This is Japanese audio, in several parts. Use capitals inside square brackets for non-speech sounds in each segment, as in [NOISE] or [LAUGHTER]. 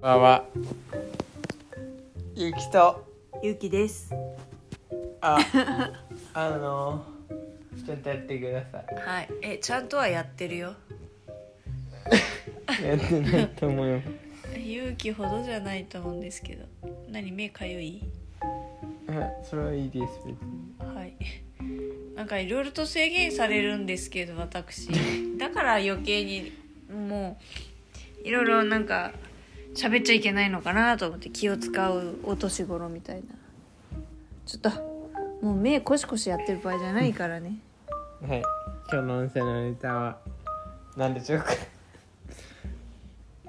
ばんは。ゆきと、ゆうきです。あ、 [LAUGHS] あのー、ちょっとやってくださはい、え、ちゃんとはやってるよ。い。やってないと思います。勇気ほどじゃないと思うんですけど。何目かゆい。はい [LAUGHS] それはいいです。別にはい。 [LAUGHS] なんかいろいろと制限されるんですけど、 [LAUGHS] 私。だから余計に。もう。いろいろなんか。喋っちゃいけないのかなと思って、気を使うお年頃みたいな。ちょっと。もう目コシコシやってる場合じゃないからね。はい、今日の音声のネタは。なんでしょうか。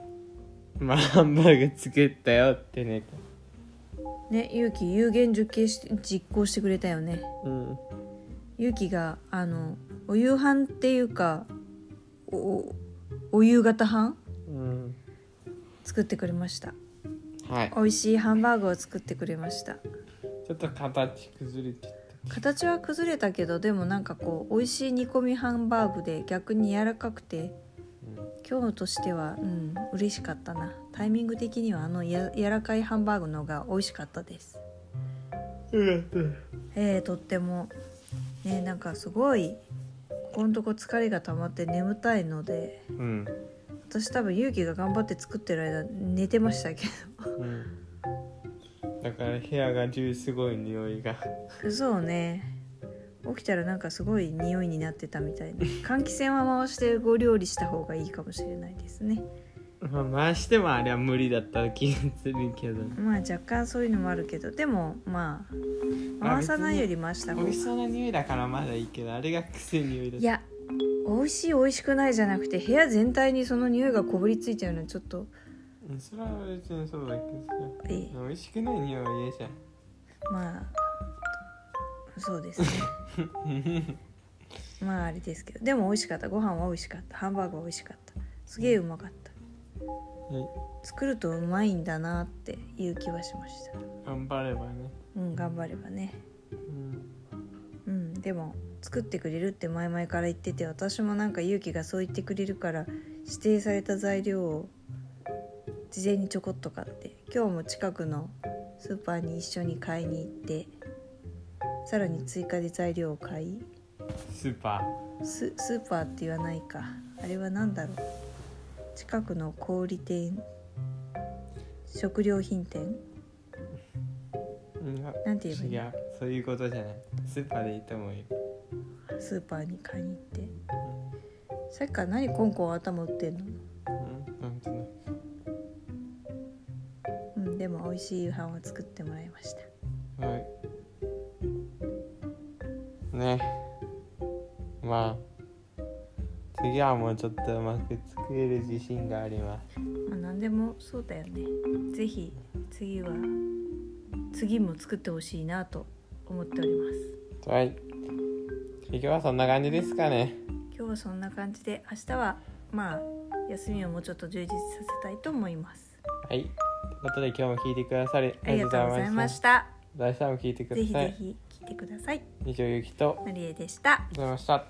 [LAUGHS] まあ、ハンバーグ作ったよってね。ね、ゆうき有言実行し、実行してくれたよね。うん。ゆきがあのお夕飯っていうかおおお夕方飯うん。作ってくれましたはい。美味しいハンバーグを作ってくれましたちょっと形崩れちゃっ形は崩れたけどでもなんかこう美味しい煮込みハンバーグで逆に柔らかくて今日としてはうん嬉しかったなタイミング的にはあのや柔らかいハンバーグのが美味しかったですた。うん。えー、とってもねなんかすごいここのとこ疲れが溜まって眠たいのでうん。私多分勇気が頑張って作ってる間寝てましたけうん。だから部屋が中すごい匂いが。 [LAUGHS] どそうね起きたらなんかすごい匂いになってたみたいな換気扇は回してご料理した方がいいかもしれないですねまあ、回してもあれは無理だった気がするけどまあ若干そういうのもあるけどでもまあまあ回さないより回した美方が味いしそうな匂いだからまだいいけどあれが癖匂いだったや美味しい美味しくないじゃなくて部屋全体にその匂いがこぶりついちゃうのはちょっとうんそれは別にそうだけどさええ美味しくない匂いは嫌じゃんまあそうですねまああれですけどでも美味しかったご飯は美味しかったハンバーグは美味しかったすげえうまかった作るとうまいんだなっていう気はしました頑張ればね、うん頑張ればねうん、うんでも作ってくれるって前々から言ってて私もなんか勇気がそう言ってくれるから指定された材料を事前にちょこっと買って今日も近くのスーパーに一緒に買いに行ってさらに追加で材料を買いスーパススーパーって言わないかあれは何だろう近くの小売店食料品店ーうんあなんて言えばいい違うそういうことじゃないスーパーでいいと思うよスーパーに買いに行ってさっきから何コンコン頭打ってんのうんなんとなくうんでも美味しい夕飯を作ってもらいましたはいねまあ次はもうちょっとうまく作れる自信がありますまあ何でもそうだよねぜひ次は次も作ってほしいなと思っておりますはい。今日はそんな感じですかね。今日はそんな感じで明日はまあ休みをもうちょっと充実させたいと思いますはい。ということで今日も聞いてくださりありがとうございまし。た明日も聞いてくぜだひさぜい。ひ聞いてください以上ゆきとのりえでしたございました。